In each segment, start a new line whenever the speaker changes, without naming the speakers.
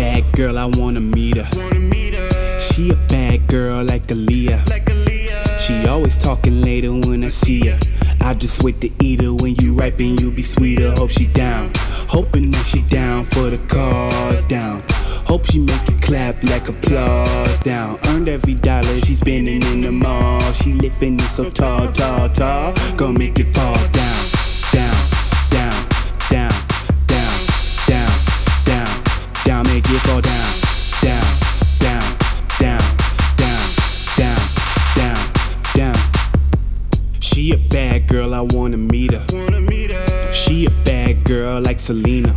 I wanna meet her. She a bad girl like Aaliyah. She always talking later when I see her. I just wait to eat her when you ripen, you be sweeter. Hope she down. Hoping that she down for the cause down. Hope she make it clap like applause down. Earned every dollar she spending in the mall. She living it so tall, tall, tall. Gonna make it fall down, down, down, down, down, down, down, down. Make it fall down, down, down, down, down, down, down, down. She a bad girl, I wanna meet her. She a bad girl like Selena.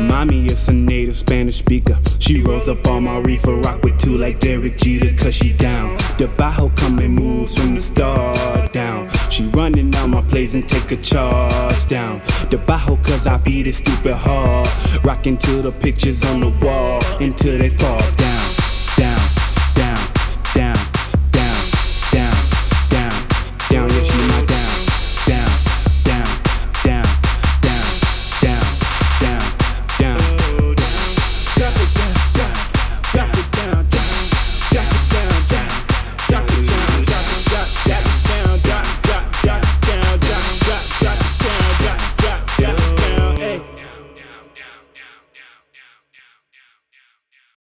Mommy is a native Spanish speaker. She rolls up on my reefer, rock with two like Derek Jeter, cause she down. The bajo coming moves from the start down. She running on my plays and take a charge down. The bajo cause I beat it stupid hard. Rocking to the pictures on the wall until they fall down.